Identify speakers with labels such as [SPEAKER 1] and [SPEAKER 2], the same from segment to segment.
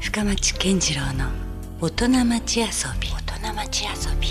[SPEAKER 1] 深町健次郎の大人町遊び大人町遊び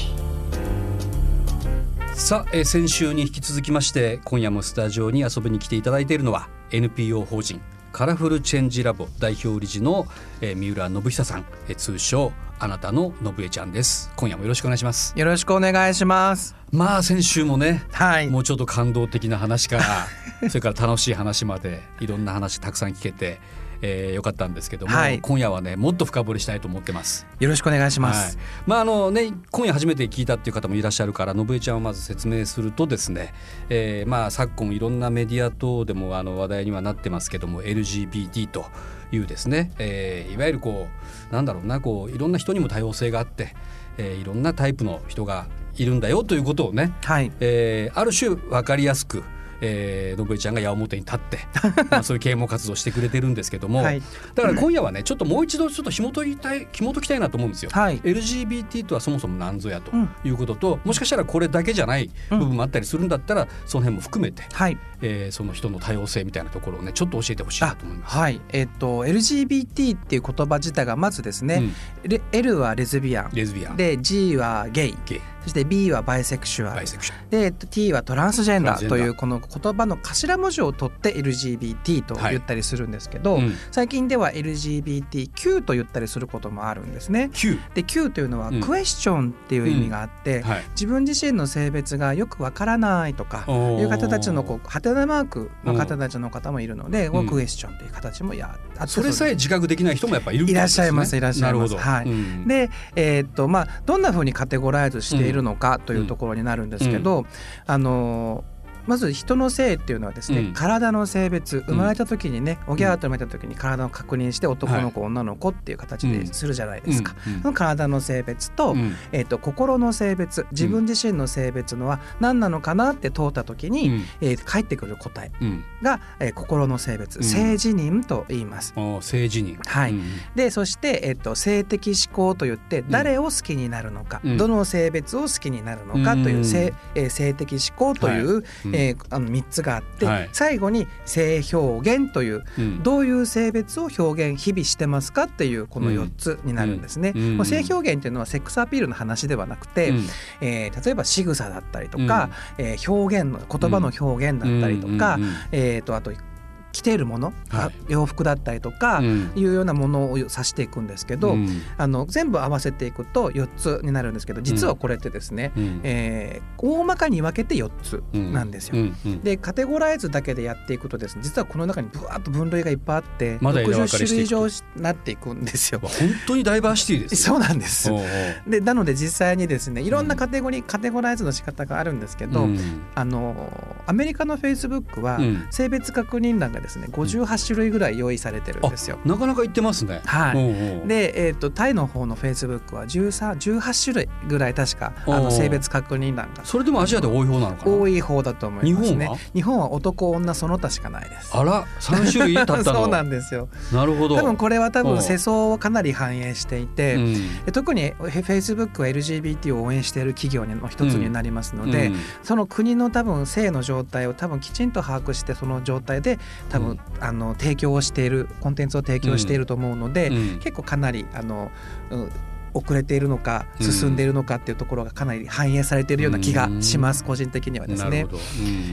[SPEAKER 2] さあ、えー先週に引き続きまして今夜もスタジオに遊びに来ていただいているのは NPO 法人カラフルチェンジラボ代表理事の、えー三浦信久さん、えー通称あなたの信江ちゃんです今夜もよろしくお願いします
[SPEAKER 3] よろしくお願いします。
[SPEAKER 2] まあ先週もね
[SPEAKER 3] はい。
[SPEAKER 2] もうちょっと感動的な話から それから楽しい話までいろんな話たくさん聞けて、えーよかったんですけども、
[SPEAKER 3] はい
[SPEAKER 2] 今夜はねもっと深掘りしたいと思ってます
[SPEAKER 3] よろしくお願いします。
[SPEAKER 2] はい、まああのね今夜初めて聞いたっていう方もいらっしゃるから信江ちゃんをまず説明するとですね、えーまあ昨今いろんなメディア等でもあの話題にはなってますけども LGBT というですね、えーいわゆるこうなんだろうなこういろんな人にも多様性があって、えーいろんなタイプの人がいるんだよということをね、
[SPEAKER 3] はい。
[SPEAKER 2] えーある種分かりやすく、えー、信江ちゃんが矢面に立 って、まあ、そういう啓蒙活動をしてくれてるんですけども、
[SPEAKER 3] はい
[SPEAKER 2] だから今夜はねちょっともう一度ちょっと紐解きたい紐解きたいなと思うんですよ。
[SPEAKER 3] はい
[SPEAKER 2] LGBT とはそもそも何ぞやと
[SPEAKER 3] うん
[SPEAKER 2] いうことと、もしかしたらこれだけじゃない部分もあったりするんだったら、その辺も含めて、
[SPEAKER 3] はい。
[SPEAKER 2] えーその人の多様性みたいなところをねちょっと教えてほしいなと思います。
[SPEAKER 3] はい。えっ、と LGBT っていう言葉自体がまずですね、レ L はレズビ
[SPEAKER 2] う
[SPEAKER 3] ア
[SPEAKER 2] ん
[SPEAKER 3] ン、
[SPEAKER 2] レズビアン
[SPEAKER 3] で G はゲイ、
[SPEAKER 2] ゲイ
[SPEAKER 3] そして B はバイセクシュア
[SPEAKER 2] バ
[SPEAKER 3] ル
[SPEAKER 2] イ。セクシャル
[SPEAKER 3] で、えっと T はトランスジェンダー
[SPEAKER 2] トラ
[SPEAKER 3] と
[SPEAKER 2] ンスジェンダー
[SPEAKER 3] いうこの言葉の頭文字を取って LGBT と言ったりするんですけど、
[SPEAKER 2] うん
[SPEAKER 3] 最近では LGBTQ と言ったりすることもあるんですね。
[SPEAKER 2] Q
[SPEAKER 3] で Q というのは
[SPEAKER 2] うん
[SPEAKER 3] クエスチョンっていう意味があって、
[SPEAKER 2] はい
[SPEAKER 3] 自分自身の性別がよくわからないとか
[SPEAKER 2] おー
[SPEAKER 3] いう方たちのこうハテナマークの方たちの方もいるので、
[SPEAKER 2] うん
[SPEAKER 3] クエスチョンという形もやあって
[SPEAKER 2] それさえ自覚できない人もやっぱいるみたですね
[SPEAKER 3] いらっしゃいますいらっしゃいます
[SPEAKER 2] なるほど。
[SPEAKER 3] はい
[SPEAKER 2] うん
[SPEAKER 3] で、えーっとまあ、どんなふうにカテゴライズしているのかというところになるんですけど、あのーまず人の性っていうのはですね、
[SPEAKER 2] うん
[SPEAKER 3] 体の性別生まれた時にね、おぎゃーと生まれた時に体を確認して男の子、女の子っていう形でするじゃないですか。
[SPEAKER 2] うん
[SPEAKER 3] その体の性別と、
[SPEAKER 2] うん
[SPEAKER 3] えーっと心の性別自分自身の性別のは何なのかなって問った時に、
[SPEAKER 2] うん
[SPEAKER 3] えー返ってくる答え
[SPEAKER 2] うん
[SPEAKER 3] が、えー心の性別
[SPEAKER 2] うん
[SPEAKER 3] 性自認と言います。
[SPEAKER 2] あー性自認
[SPEAKER 3] はい
[SPEAKER 2] うん
[SPEAKER 3] でそして、えっと、性的指向といって誰を好きになるのか、
[SPEAKER 2] うん
[SPEAKER 3] どの性別を好きになるのかという、
[SPEAKER 2] うん
[SPEAKER 3] 性えー性的指向という、
[SPEAKER 2] うん
[SPEAKER 3] えーあの3つがあって、
[SPEAKER 2] はい
[SPEAKER 3] 最後に性表現という
[SPEAKER 2] うん
[SPEAKER 3] どういう性別を表現日々してますかっていうこの4つになるんですね。
[SPEAKER 2] うんうん
[SPEAKER 3] もう性表現っていうのはセックスアピールの話ではなくて、
[SPEAKER 2] うん
[SPEAKER 3] えー例えば仕草だったりとか、えー表現の言葉の表現だったりとか、
[SPEAKER 2] うんうんうん
[SPEAKER 3] えー、とあと着ているもの、
[SPEAKER 2] はい
[SPEAKER 3] 洋服だったりとか、
[SPEAKER 2] うん
[SPEAKER 3] いうようなものを指していくんですけど、
[SPEAKER 2] うん
[SPEAKER 3] あの全部合わせていくと4つになるんですけど実はこれってですね、
[SPEAKER 2] うん
[SPEAKER 3] えー大まかに分けて4つ
[SPEAKER 2] うん
[SPEAKER 3] なんですよ。
[SPEAKER 2] うんうん
[SPEAKER 3] でカテゴライズだけでやっていくとですね実はこの中にぶわっと分類がいっぱいあって、
[SPEAKER 2] まだ枝分
[SPEAKER 3] 60
[SPEAKER 2] かれ
[SPEAKER 3] 種
[SPEAKER 2] して
[SPEAKER 3] 類
[SPEAKER 2] い
[SPEAKER 3] 以
[SPEAKER 2] くと
[SPEAKER 3] 上になっていくんですよ。
[SPEAKER 2] 本当にダイバーシティですよ
[SPEAKER 3] そうなんです
[SPEAKER 2] おうおう
[SPEAKER 3] でなので実際にですねいろんなカテゴリー、カテゴライズの仕方があるんですけど、
[SPEAKER 2] うん
[SPEAKER 3] あのアメリカのフェイスブックは
[SPEAKER 2] うん
[SPEAKER 3] 性別確認欄がですね58種類ぐらい用意されてるんですよ。
[SPEAKER 2] なかなか言ってますね。
[SPEAKER 3] はい
[SPEAKER 2] おうおう
[SPEAKER 3] で、えー、とタイの方のフェイスブックは13 18種類ぐらい確かあ
[SPEAKER 2] おー
[SPEAKER 3] の性別確認欄が
[SPEAKER 2] それでもアジアで多い方なのかな。
[SPEAKER 3] 多い方だと思います
[SPEAKER 2] 日本
[SPEAKER 3] ね
[SPEAKER 2] は
[SPEAKER 3] 日本は男女その他しかないです
[SPEAKER 2] あら、三種類たったの。
[SPEAKER 3] そうなんですよ
[SPEAKER 2] なるほど。
[SPEAKER 3] 多分これは多
[SPEAKER 2] お
[SPEAKER 3] 分
[SPEAKER 2] ー
[SPEAKER 3] 世相をかなり反映していて、
[SPEAKER 2] うん
[SPEAKER 3] で特にフェイスブックは LGBT を応援している企業の一つになりますので、
[SPEAKER 2] うん
[SPEAKER 3] その国の多分性の状態を多分きちんと把握してその状態で多分、
[SPEAKER 2] うん
[SPEAKER 3] あの提供をしているコンテンツを提供していると思うので、
[SPEAKER 2] うん
[SPEAKER 3] 結構かなりあの、うん遅れているのか
[SPEAKER 2] うん
[SPEAKER 3] 進んでいるのかっていうところがかなり反映されているような気がします、個人的にはです
[SPEAKER 2] なる
[SPEAKER 3] ね
[SPEAKER 2] ほ。ど。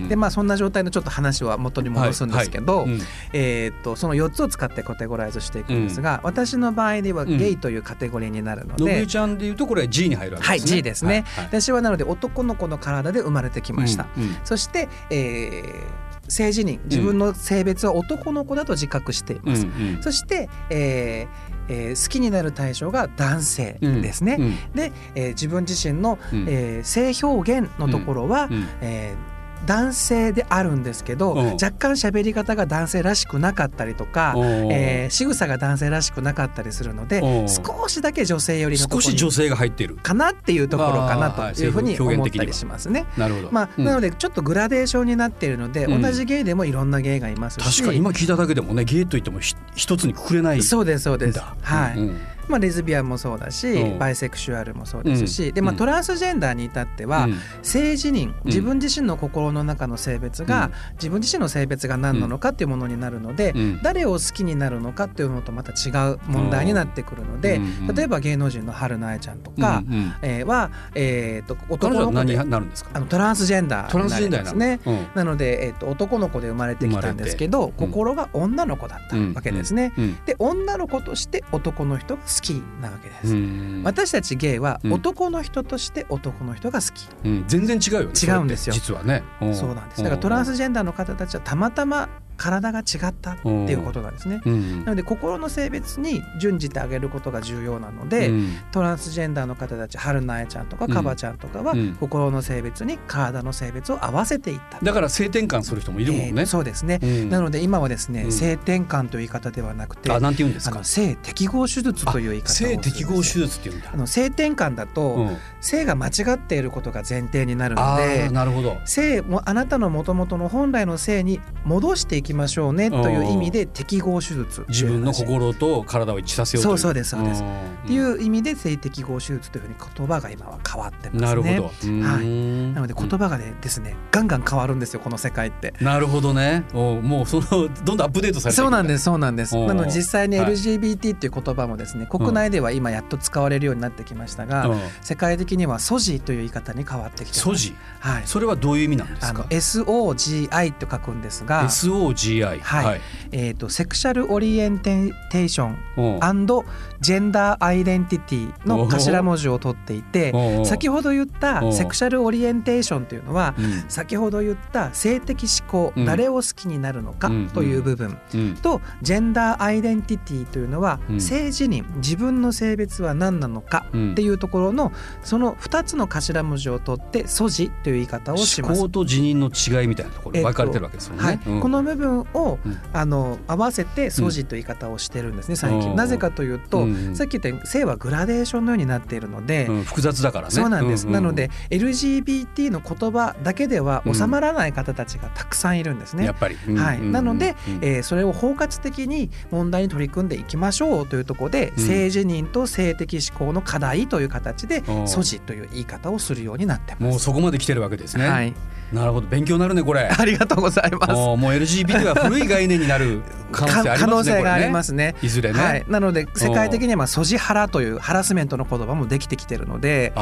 [SPEAKER 2] うん
[SPEAKER 3] でまあそんな状態のちょっと話は元に戻すんですけど、
[SPEAKER 2] はいはいうん
[SPEAKER 3] えー、とその4つを使ってカテゴライズしていくんですが、私の場合ではゲイというカテゴリーになるの
[SPEAKER 2] のぶ
[SPEAKER 3] で、
[SPEAKER 2] えちゃんで言うとこれは G に入るわけですね。
[SPEAKER 3] はい G ですね
[SPEAKER 2] はいはい
[SPEAKER 3] 私はなので男の子の体で生まれてきました。
[SPEAKER 2] うんうん
[SPEAKER 3] そして、えー性自認自分の性別は男の子だと自覚しています。
[SPEAKER 2] うん
[SPEAKER 3] そして、えーえー好きになる対象が男性
[SPEAKER 2] うん
[SPEAKER 3] ですね。
[SPEAKER 2] うん
[SPEAKER 3] で、えー自分自身の、
[SPEAKER 2] うん
[SPEAKER 3] えー性表現のところは、
[SPEAKER 2] うん
[SPEAKER 3] えー男性であるんですけど
[SPEAKER 2] うん
[SPEAKER 3] 若干喋り方が男性らしくなかったりとか
[SPEAKER 2] お、うおう
[SPEAKER 3] えー仕草が男性らしくなかったりするので
[SPEAKER 2] おう
[SPEAKER 3] 少しだけ女性寄りのとこ
[SPEAKER 2] 少し
[SPEAKER 3] ろ
[SPEAKER 2] 女性が入っている。
[SPEAKER 3] かなっていうところかなというふうに
[SPEAKER 2] まあはい
[SPEAKER 3] 思ったりしますね。
[SPEAKER 2] なるほど。
[SPEAKER 3] まあ、
[SPEAKER 2] うん
[SPEAKER 3] なのでちょっとグラデーションになっているので、
[SPEAKER 2] うん
[SPEAKER 3] 同じゲイでもいろんなゲイがいますし
[SPEAKER 2] 確かに今聞いただけでもねゲイといってもひ一つにくくれない
[SPEAKER 3] そうですそうです
[SPEAKER 2] だ
[SPEAKER 3] は
[SPEAKER 2] う
[SPEAKER 3] い、
[SPEAKER 2] んうん
[SPEAKER 3] まあ、レズビアンもそうだし、
[SPEAKER 2] うん
[SPEAKER 3] バイセクシュアルもそうですし、
[SPEAKER 2] うん
[SPEAKER 3] でまあ、
[SPEAKER 2] うん
[SPEAKER 3] トランスジェンダーに至っては、
[SPEAKER 2] うん
[SPEAKER 3] 性自認自分自身の心の中の性別が、
[SPEAKER 2] うん
[SPEAKER 3] 自分自身の性別が何なのかっていうものになるので、
[SPEAKER 2] うん
[SPEAKER 3] 誰を好きになるのかっていうのとまた違う問題になってくるので、
[SPEAKER 2] うん
[SPEAKER 3] 例えば芸能人の春菜愛ちゃんとか、
[SPEAKER 2] うんうん
[SPEAKER 3] えーは、えー、と
[SPEAKER 2] 彼女は
[SPEAKER 3] 男の子
[SPEAKER 2] 何
[SPEAKER 3] で
[SPEAKER 2] になるんですか
[SPEAKER 3] あのトランスジェンダ
[SPEAKER 2] ト
[SPEAKER 3] ー
[SPEAKER 2] ラ
[SPEAKER 3] に
[SPEAKER 2] ン
[SPEAKER 3] な
[SPEAKER 2] ス
[SPEAKER 3] る
[SPEAKER 2] ジェン
[SPEAKER 3] ん
[SPEAKER 2] ダ
[SPEAKER 3] で
[SPEAKER 2] ー
[SPEAKER 3] す
[SPEAKER 2] にな
[SPEAKER 3] ね
[SPEAKER 2] る。うん
[SPEAKER 3] なので、えー、と男の子で生まれてきたんですけ
[SPEAKER 2] 生
[SPEAKER 3] ど
[SPEAKER 2] まれてうん
[SPEAKER 3] 心が女の子だった
[SPEAKER 2] うん
[SPEAKER 3] わけですね。
[SPEAKER 2] うん
[SPEAKER 3] で女の子として男の人が好きなわけです。
[SPEAKER 2] うん
[SPEAKER 3] 私たちゲイは
[SPEAKER 2] うん
[SPEAKER 3] 男の人として男の人が好き、
[SPEAKER 2] うん全然違うよね
[SPEAKER 3] 違うんですよ
[SPEAKER 2] それって実はねう
[SPEAKER 3] そうなんですだからトランスジェンダーの方たちはたまたま体が違ったっていうことなんですね
[SPEAKER 2] うん
[SPEAKER 3] なので心の性別に準じてあげることが重要なので、
[SPEAKER 2] うん
[SPEAKER 3] トランスジェンダーの方たち春菜えちゃんとか
[SPEAKER 2] うん
[SPEAKER 3] カバちゃんとかは、
[SPEAKER 2] うん
[SPEAKER 3] 心の性別に体の性別を合わせていった
[SPEAKER 2] だから性転換する人もいるもん
[SPEAKER 3] え
[SPEAKER 2] ね
[SPEAKER 3] ーそうですね、
[SPEAKER 2] うん
[SPEAKER 3] なので今はですね、
[SPEAKER 2] うん
[SPEAKER 3] 性転換という言い方ではなくて
[SPEAKER 2] あ
[SPEAKER 3] あ
[SPEAKER 2] なんて言うんですか
[SPEAKER 3] の性適合手術という言い方をする
[SPEAKER 2] 性
[SPEAKER 3] んです
[SPEAKER 2] 適合手術っていうんだ
[SPEAKER 3] あの性転換だと、
[SPEAKER 2] うん
[SPEAKER 3] 性が間違っていることが前提になるの
[SPEAKER 2] あ
[SPEAKER 3] で
[SPEAKER 2] ーなるほど
[SPEAKER 3] 性もあなたの元々の本来の性に戻していきましょうねという意味で適合手術
[SPEAKER 2] 自分の心と体を一致させようという
[SPEAKER 3] そうそうですそうです
[SPEAKER 2] ん
[SPEAKER 3] っていう意味で性適合手術というふうに言葉が今は変わってますね。
[SPEAKER 2] なるほどうーん
[SPEAKER 3] なので言葉がね、ですねガンガン変わるんですよこの世界って。
[SPEAKER 2] なるほどねおもうそのどんどんアップデートされていく
[SPEAKER 3] そうなん
[SPEAKER 2] だ
[SPEAKER 3] ですそうなんです。
[SPEAKER 2] おー
[SPEAKER 3] なので実際に
[SPEAKER 2] はい
[SPEAKER 3] LGBT っていう言葉もですね国内では今やっと使われるようになってきましたが、
[SPEAKER 2] うん
[SPEAKER 3] 世界的にはソジという言い方に変わってきてます
[SPEAKER 2] 素地
[SPEAKER 3] はい。
[SPEAKER 2] それはどういう意味なんで
[SPEAKER 3] あ
[SPEAKER 2] す
[SPEAKER 3] の
[SPEAKER 2] か
[SPEAKER 3] SOGI と書くんですが、
[SPEAKER 2] SOGI
[SPEAKER 3] はいえー、とセクシャルオリエンテーション
[SPEAKER 2] うん
[SPEAKER 3] ジェンダーアイデンティティの頭文字を取っていて
[SPEAKER 2] おうおう
[SPEAKER 3] 先ほど言っ
[SPEAKER 2] お
[SPEAKER 3] た
[SPEAKER 2] う
[SPEAKER 3] セクシャルオリエンテーションというのは
[SPEAKER 2] うん
[SPEAKER 3] 先ほど言った性的思考、
[SPEAKER 2] うん
[SPEAKER 3] 誰を好きになるのか
[SPEAKER 2] うん
[SPEAKER 3] という部分
[SPEAKER 2] うん
[SPEAKER 3] とジェンダーアイデンティティというのは
[SPEAKER 2] うん
[SPEAKER 3] 性自認自分の性別は何なのか
[SPEAKER 2] うん
[SPEAKER 3] っていうところのその2つの頭文字を取って素地という言い方をしま
[SPEAKER 2] 思
[SPEAKER 3] す
[SPEAKER 2] 考。と辞任の違いみたいなところ
[SPEAKER 3] えっと
[SPEAKER 2] 分かれてるわけですよね。
[SPEAKER 3] はい
[SPEAKER 2] うん
[SPEAKER 3] この部分を、
[SPEAKER 2] うん
[SPEAKER 3] あの合わせて素地という言い方をしてるんですね、最
[SPEAKER 2] う
[SPEAKER 3] 近。
[SPEAKER 2] ん
[SPEAKER 3] なぜかというと、
[SPEAKER 2] うん
[SPEAKER 3] さっき言ったように性はグラデーションのようになっているので、
[SPEAKER 2] うん複雑だからね。
[SPEAKER 3] そうなんです、
[SPEAKER 2] うう
[SPEAKER 3] なので LGBT の言葉だけでは収まらない方たちがたくさんいるんですね。
[SPEAKER 2] やっぱり。うん
[SPEAKER 3] はい、
[SPEAKER 2] うん
[SPEAKER 3] なので、
[SPEAKER 2] うん
[SPEAKER 3] えーそれを包括的に問題に取り組んでいきましょうというところで、
[SPEAKER 2] うん
[SPEAKER 3] 性自認と性的思考の課題という形で
[SPEAKER 2] おー
[SPEAKER 3] 素地という言い方をするようになってます。
[SPEAKER 2] もうそこまで来てるわけですね。
[SPEAKER 3] はい、
[SPEAKER 2] なるほど勉強になるねこれ。
[SPEAKER 3] ありがとうござい ます。
[SPEAKER 2] おーもう LGBT は古い概念になる可能性ありますね。
[SPEAKER 3] か可能性があり
[SPEAKER 2] これね
[SPEAKER 3] ますね。
[SPEAKER 2] いずれね。
[SPEAKER 3] はい、なので世界的にはまあソジハラというハラスメントの言葉もできてきてるので、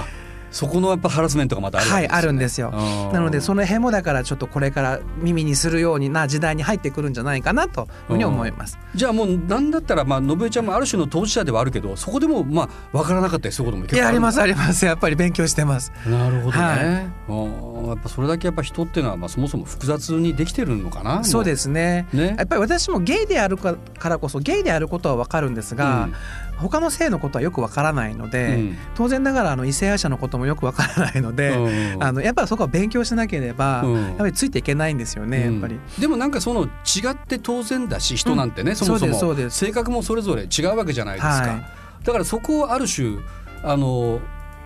[SPEAKER 2] そこのやっぱハラスメントがまたあるわけ
[SPEAKER 3] はい、あるんですすよ。
[SPEAKER 2] よね。
[SPEAKER 3] なのでそ
[SPEAKER 2] の
[SPEAKER 3] の辺もだからちょっとこれから耳にするような時代に入ってくるんじゃないかなというふうに思います。
[SPEAKER 2] じゃあもうなんだったらまあ信江ちゃんもある種の当事者ではあるけどそこでもまあわからなかったりすることも結
[SPEAKER 3] い
[SPEAKER 2] 構
[SPEAKER 3] やあ
[SPEAKER 2] ある
[SPEAKER 3] り
[SPEAKER 2] んだ
[SPEAKER 3] ますありますやっぱり勉強してます。
[SPEAKER 2] なるほどね、
[SPEAKER 3] は
[SPEAKER 2] うんやっぱそれだけやっぱ人っていうのはまあそもそも複雑にできてるのかな
[SPEAKER 3] そう
[SPEAKER 2] す
[SPEAKER 3] ですね。
[SPEAKER 2] ね
[SPEAKER 3] やっぱり私もゲイであるかからこそゲイであることはわかるんですが、他の性のことはよくわからないの
[SPEAKER 2] うん
[SPEAKER 3] で、当然ながらあの異性愛者のこともよくわからないの
[SPEAKER 2] うん
[SPEAKER 3] で、
[SPEAKER 2] うん
[SPEAKER 3] あのやっぱりそこは勉強しなければ、
[SPEAKER 2] うん
[SPEAKER 3] やっぱりついていけないんですよね、やっぱり。
[SPEAKER 2] うんでもなんかその違って当然だし人なんてね、そもそ
[SPEAKER 3] そう
[SPEAKER 2] も
[SPEAKER 3] ですそうです
[SPEAKER 2] 性格もそれぞれ違うわけじゃないですか、
[SPEAKER 3] は
[SPEAKER 2] だからそこをある種あの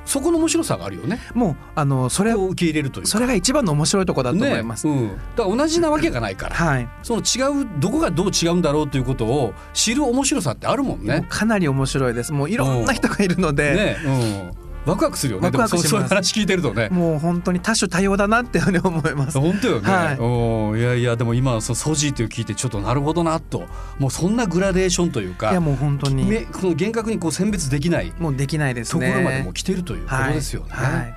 [SPEAKER 2] そこの面白さがあるよね
[SPEAKER 3] い、もうあのそれ
[SPEAKER 2] を受け入れるというか
[SPEAKER 3] それが一番の面白いところだと思
[SPEAKER 2] ね
[SPEAKER 3] います。
[SPEAKER 2] うん、だから同じなわけがないから
[SPEAKER 3] はい、
[SPEAKER 2] その違うどこがどう違うんだろうということを知る面白さってあるもん
[SPEAKER 3] もう
[SPEAKER 2] ね。
[SPEAKER 3] かなり面白いです。もういろんな人がいるので、
[SPEAKER 2] ね、うん、ワクワクするよね。
[SPEAKER 3] ワクワク
[SPEAKER 2] でもそう
[SPEAKER 3] し
[SPEAKER 2] そう
[SPEAKER 3] ます
[SPEAKER 2] いう話聞いてると ね。
[SPEAKER 3] もう本当に多種多様だなっていうふうに思います。
[SPEAKER 2] 本当よね、
[SPEAKER 3] はい
[SPEAKER 2] おーいやいやでも今そのソジーという聞いてちょっとなるほどなともうそんなグラデーションという
[SPEAKER 3] いや
[SPEAKER 2] か
[SPEAKER 3] もう本当に
[SPEAKER 2] めこの厳格にこう選別できない
[SPEAKER 3] もうできないです
[SPEAKER 2] とこ
[SPEAKER 3] ね。
[SPEAKER 2] ろまでもう来てるということですよね。
[SPEAKER 3] はい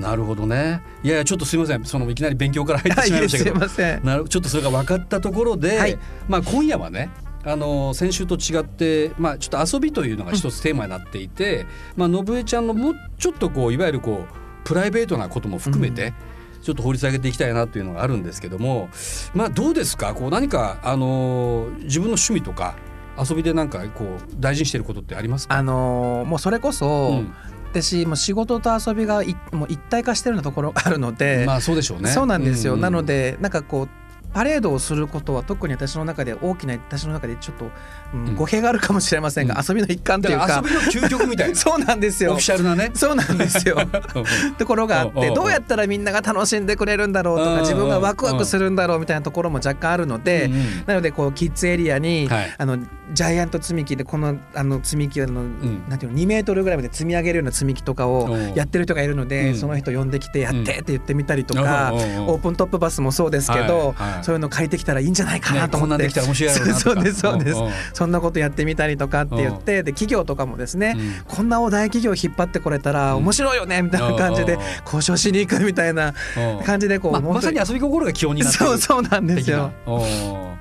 [SPEAKER 2] なるほどねいやいやちょっとすいませんそのいきなり勉強から入って
[SPEAKER 3] はい、
[SPEAKER 2] しまい
[SPEAKER 3] は
[SPEAKER 2] ま
[SPEAKER 3] い、
[SPEAKER 2] したけ
[SPEAKER 3] すい
[SPEAKER 2] ど
[SPEAKER 3] ません。
[SPEAKER 2] なるちょっとそれが分かったところで、
[SPEAKER 3] はい
[SPEAKER 2] まあ、今夜はねあの先週と違って、まあ、ちょっと遊びというのが一つテーマになっていて、まあ、信江ちゃんのもうちょっとこういわゆるこうプライベートなことも含めて、ちょっと掘り下げていきたいなというのがあるんですけども、まあ、どうですかこう何か、あの自分の趣味とか遊びでなんかこう大事にしてることってありますか
[SPEAKER 3] あのーもうそれこそ、
[SPEAKER 2] うん
[SPEAKER 3] 私もう仕事と遊びがいもう一体化してるようなところがあるので、
[SPEAKER 2] まあそうでしょうね。
[SPEAKER 3] そうなんですよ。
[SPEAKER 2] う
[SPEAKER 3] なのでなんかこうパレードをすることは特に私の中で大きな私の中でちょっと、うん
[SPEAKER 2] うん
[SPEAKER 3] 語弊があるかもしれませんが、
[SPEAKER 2] うん
[SPEAKER 3] 遊びの一環という
[SPEAKER 2] だから
[SPEAKER 3] か
[SPEAKER 2] 遊びの究極みたいな
[SPEAKER 3] そうなんです
[SPEAKER 2] オ
[SPEAKER 3] よ
[SPEAKER 2] フィシャルなね
[SPEAKER 3] そうなんで すよところがあっ
[SPEAKER 2] おうおうお
[SPEAKER 3] て
[SPEAKER 2] う
[SPEAKER 3] どうやったらみんなが楽しんでくれるんだろうと
[SPEAKER 2] うん
[SPEAKER 3] か自分がワクワクするんだろうみたいなところも若干あるので、
[SPEAKER 2] うんうん
[SPEAKER 3] なのでこうキッズエリアに、
[SPEAKER 2] はい
[SPEAKER 3] あのジャイアント積み木でこのあの積み木をあの、
[SPEAKER 2] ん
[SPEAKER 3] なんていうの2メートルぐらいまで積み上げるような積み木とか
[SPEAKER 2] お
[SPEAKER 3] を
[SPEAKER 2] う
[SPEAKER 3] やってる人がいるので、
[SPEAKER 2] うん
[SPEAKER 3] その人呼んできてやってって言ってみたりとか、
[SPEAKER 2] うんおうおうおう
[SPEAKER 3] オープントップバスもそうですけど、
[SPEAKER 2] はいはい
[SPEAKER 3] そういうの借りてきたらいいんじゃないかな
[SPEAKER 2] ね
[SPEAKER 3] と
[SPEAKER 2] こん
[SPEAKER 3] 思っ
[SPEAKER 2] な
[SPEAKER 3] て、
[SPEAKER 2] んできたら面白いやろうなとか
[SPEAKER 3] そうですそうです
[SPEAKER 2] おうおう
[SPEAKER 3] そんなことやってみたりとかって言ってで企業とかもですね、
[SPEAKER 2] うん
[SPEAKER 3] こんなお大企業引っ張ってこれたら
[SPEAKER 2] うん
[SPEAKER 3] 面白いよねみたいな感じで
[SPEAKER 2] おうおうおう
[SPEAKER 3] 交渉しに行くみたいな
[SPEAKER 2] おう
[SPEAKER 3] 感じでこう
[SPEAKER 2] まあま
[SPEAKER 3] 本当
[SPEAKER 2] さに遊び心が基本になってる
[SPEAKER 3] そうそうなんですよ。
[SPEAKER 2] 的なおー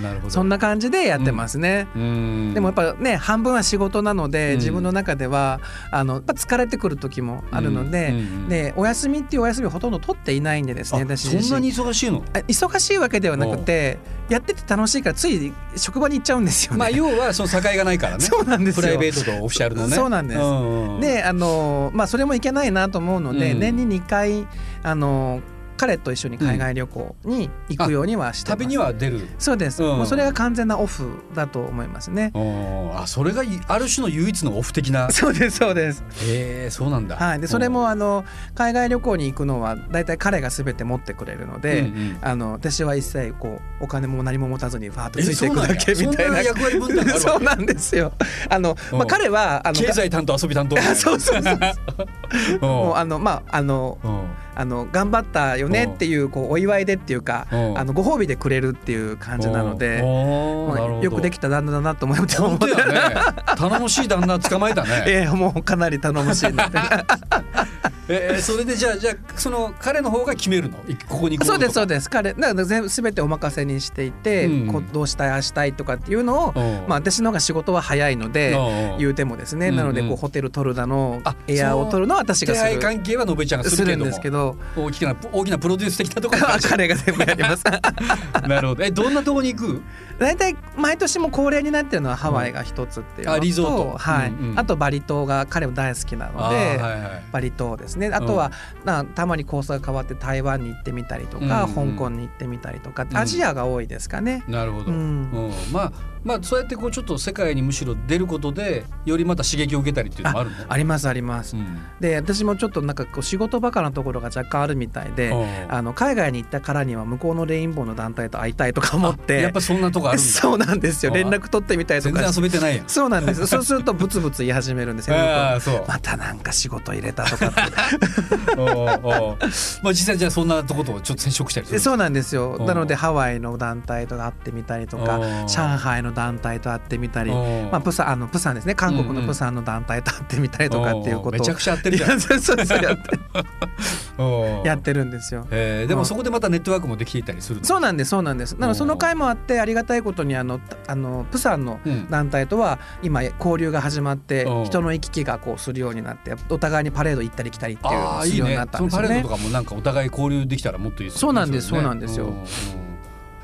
[SPEAKER 2] なるほど
[SPEAKER 3] そんな感じでやってますね。
[SPEAKER 2] うん
[SPEAKER 3] でもやっぱね半分は仕事なので、
[SPEAKER 2] うん
[SPEAKER 3] 自分の中ではあのやっぱ疲れてくる時もあるの
[SPEAKER 2] うんう
[SPEAKER 3] で、
[SPEAKER 2] んうん
[SPEAKER 3] でお休みっていうお休みをほとんど取っていないんでです
[SPEAKER 2] あ
[SPEAKER 3] ね私
[SPEAKER 2] そ
[SPEAKER 3] 自身
[SPEAKER 2] んなに忙しいの
[SPEAKER 3] あ忙しいわけではなくてやってて楽しいからつい職場に行っちゃうんですよね。
[SPEAKER 2] まあ要はその境がないからね
[SPEAKER 3] そうなんです
[SPEAKER 2] プラ
[SPEAKER 3] よ
[SPEAKER 2] イベートとオフィシャルのね
[SPEAKER 3] そうなんです
[SPEAKER 2] んうん
[SPEAKER 3] であのまあそれもいけないなと思うので、
[SPEAKER 2] うん
[SPEAKER 3] 年に2回あの彼と一緒に海外旅行に行くようにはしてます、
[SPEAKER 2] 旅には出る
[SPEAKER 3] そうです、
[SPEAKER 2] うん
[SPEAKER 3] もうそれが完全なオフだと思いますね。
[SPEAKER 2] おーあそれがいある種の唯一のオフ的な
[SPEAKER 3] そうですそうです。
[SPEAKER 2] へえそうなんだ
[SPEAKER 3] はい。でそれもあの海外旅行に行くのはだいたい彼がすべて持ってくれる
[SPEAKER 2] う
[SPEAKER 3] の
[SPEAKER 2] んう
[SPEAKER 3] で、
[SPEAKER 2] ん
[SPEAKER 3] あの私は一切こうお金も何も持たずにファーッと
[SPEAKER 2] え
[SPEAKER 3] ついていくだけ
[SPEAKER 2] そう
[SPEAKER 3] み
[SPEAKER 2] んや
[SPEAKER 3] たい
[SPEAKER 2] そん
[SPEAKER 3] な。
[SPEAKER 2] 役割分担がある
[SPEAKER 3] そ
[SPEAKER 2] わ
[SPEAKER 3] うなんですよ。あのま
[SPEAKER 2] う
[SPEAKER 3] あ
[SPEAKER 2] ん
[SPEAKER 3] 彼はあの
[SPEAKER 2] け経済担当遊び担当みたいな
[SPEAKER 3] そうそうそう。
[SPEAKER 2] うん
[SPEAKER 3] もうあのまああの
[SPEAKER 2] うん
[SPEAKER 3] あの頑張ったよねっていうこうお祝いでっていうか、
[SPEAKER 2] うん
[SPEAKER 3] あのご褒美でくれるっていう感じなので、
[SPEAKER 2] おー
[SPEAKER 3] まあ
[SPEAKER 2] なるほど
[SPEAKER 3] よくできた旦那だなと思って思
[SPEAKER 2] 本
[SPEAKER 3] って
[SPEAKER 2] 当やね 頼もしい旦那捕まえたね
[SPEAKER 3] ええもうかなり頼もしいなって
[SPEAKER 2] えーそれでじゃあじゃあその彼の方が決めるのいここに行こ
[SPEAKER 3] そう
[SPEAKER 2] うと
[SPEAKER 3] です
[SPEAKER 2] か
[SPEAKER 3] そうです彼なんか全全てお任せにしていて、
[SPEAKER 2] うん
[SPEAKER 3] こうどうしたいああしたいとかっていうのを、
[SPEAKER 2] うん
[SPEAKER 3] まあ、私の方が仕事は早いので、
[SPEAKER 2] うんうん
[SPEAKER 3] 言うてもですね、
[SPEAKER 2] うん
[SPEAKER 3] なので
[SPEAKER 2] う
[SPEAKER 3] こ
[SPEAKER 2] ん
[SPEAKER 3] うホテル取るだの
[SPEAKER 2] あ
[SPEAKER 3] エアーを取るのは私
[SPEAKER 2] 手
[SPEAKER 3] がす
[SPEAKER 2] 配
[SPEAKER 3] る
[SPEAKER 2] 関係はのぶえちゃんがす
[SPEAKER 3] す
[SPEAKER 2] るけ
[SPEAKER 3] る
[SPEAKER 2] ども
[SPEAKER 3] んですけど
[SPEAKER 2] 大きな大きなプロデュース的なと ころが
[SPEAKER 3] 彼が全部やります
[SPEAKER 2] なるほどえどんなとこに行く
[SPEAKER 3] 大体毎年も恒例になってるのはハワイが一つっていうの
[SPEAKER 2] あ
[SPEAKER 3] と、
[SPEAKER 2] リゾート
[SPEAKER 3] はい
[SPEAKER 2] うんうん
[SPEAKER 3] あとバリ島が彼も大好きなの
[SPEAKER 2] あ
[SPEAKER 3] で
[SPEAKER 2] ー、はいはい
[SPEAKER 3] バリ島ですねあとは、なたまにコースが変わって台湾に行ってみたりとか、
[SPEAKER 2] うんうん
[SPEAKER 3] 香港に行ってみたりとか
[SPEAKER 2] ん
[SPEAKER 3] アジアが多いですかね。
[SPEAKER 2] なるほ
[SPEAKER 3] う
[SPEAKER 2] ど、うん
[SPEAKER 3] ん
[SPEAKER 2] まあまあそうやってこうちょっと世界にむしろ出ることでよりまた刺激を受けたりっていうのもあるの
[SPEAKER 3] ありますあります。で私もちょっとなんかこう仕事バカなところが若干あるみたい
[SPEAKER 2] うん
[SPEAKER 3] で、
[SPEAKER 2] あ
[SPEAKER 3] あの海外に行ったからには向こうのレインボーの団体と会いたいとか思って
[SPEAKER 2] やっぱそんなとこあるんだ
[SPEAKER 3] そうなんですよ
[SPEAKER 2] あー
[SPEAKER 3] 連絡取ってみたりと
[SPEAKER 2] 全
[SPEAKER 3] か
[SPEAKER 2] 然遊べてないやん
[SPEAKER 3] そうなんですそうするとブツブツ言い始めるんで すよ。
[SPEAKER 2] ああそう
[SPEAKER 3] またなんか仕事入れたとか って
[SPEAKER 2] おうおうまあ実際じゃあそんなとことちょっと接触したりす
[SPEAKER 3] で
[SPEAKER 2] る
[SPEAKER 3] そうなんですよ
[SPEAKER 2] うん
[SPEAKER 3] なのでハワイの団体と会ってみたりとか
[SPEAKER 2] うん
[SPEAKER 3] 上海の団体と会ってみたり、
[SPEAKER 2] うん
[SPEAKER 3] まあ、プサンあのプサンですね韓国
[SPEAKER 2] うんう
[SPEAKER 3] の
[SPEAKER 2] ん
[SPEAKER 3] プサンの団体と会ってみたりとかっていうことを
[SPEAKER 2] おめちゃくちゃやってるじゃん
[SPEAKER 3] いやそうそうそうやって
[SPEAKER 2] おう
[SPEAKER 3] やってるんですよ。
[SPEAKER 2] えーで
[SPEAKER 3] う
[SPEAKER 2] も
[SPEAKER 3] ん
[SPEAKER 2] そこでまたネットワークもできていたりするの
[SPEAKER 3] そうなんですそうなんですなの
[SPEAKER 2] うん
[SPEAKER 3] でその会もあってありがたいことにあのたあのプサンの
[SPEAKER 2] うん
[SPEAKER 3] 団体とは今交流が始まって
[SPEAKER 2] うん
[SPEAKER 3] 人の行き来がこうするようになってお互いにパレード行ったり来たりっていうの
[SPEAKER 2] あ
[SPEAKER 3] を
[SPEAKER 2] あ
[SPEAKER 3] す
[SPEAKER 2] い
[SPEAKER 3] る
[SPEAKER 2] い
[SPEAKER 3] ようにな
[SPEAKER 2] ね
[SPEAKER 3] った
[SPEAKER 2] そ
[SPEAKER 3] ん
[SPEAKER 2] の
[SPEAKER 3] です
[SPEAKER 2] パ
[SPEAKER 3] よ
[SPEAKER 2] レード
[SPEAKER 3] ね。
[SPEAKER 2] とかもなんかお互い交流できたらもっといいですよね
[SPEAKER 3] そうなんです
[SPEAKER 2] れね
[SPEAKER 3] そうなんですよ
[SPEAKER 2] うんうん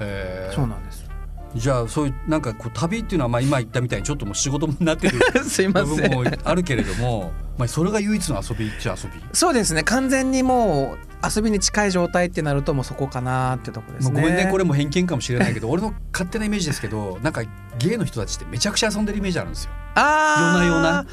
[SPEAKER 2] えー
[SPEAKER 3] そうなんです。
[SPEAKER 2] じゃあそういうなんかこう旅っていうのはまあ今言ったみたいにちょっともう仕事になってる
[SPEAKER 3] すい
[SPEAKER 2] 部
[SPEAKER 3] ませ
[SPEAKER 2] 分も。
[SPEAKER 3] ん
[SPEAKER 2] あるけれども、まあ、それが唯一の遊びっちゃ遊び、
[SPEAKER 3] そうですね完全にもう遊びに近い状態ってなるともうそこかなってとこで
[SPEAKER 2] まあ、
[SPEAKER 3] す
[SPEAKER 2] ご
[SPEAKER 3] ね。
[SPEAKER 2] めんねこれも偏見かもしれないけ ど俺の勝手なイメージですけどなんか芸の人たちってめちゃくちゃ遊んでるイメージあるんですよ
[SPEAKER 3] あー
[SPEAKER 2] 夜な夜な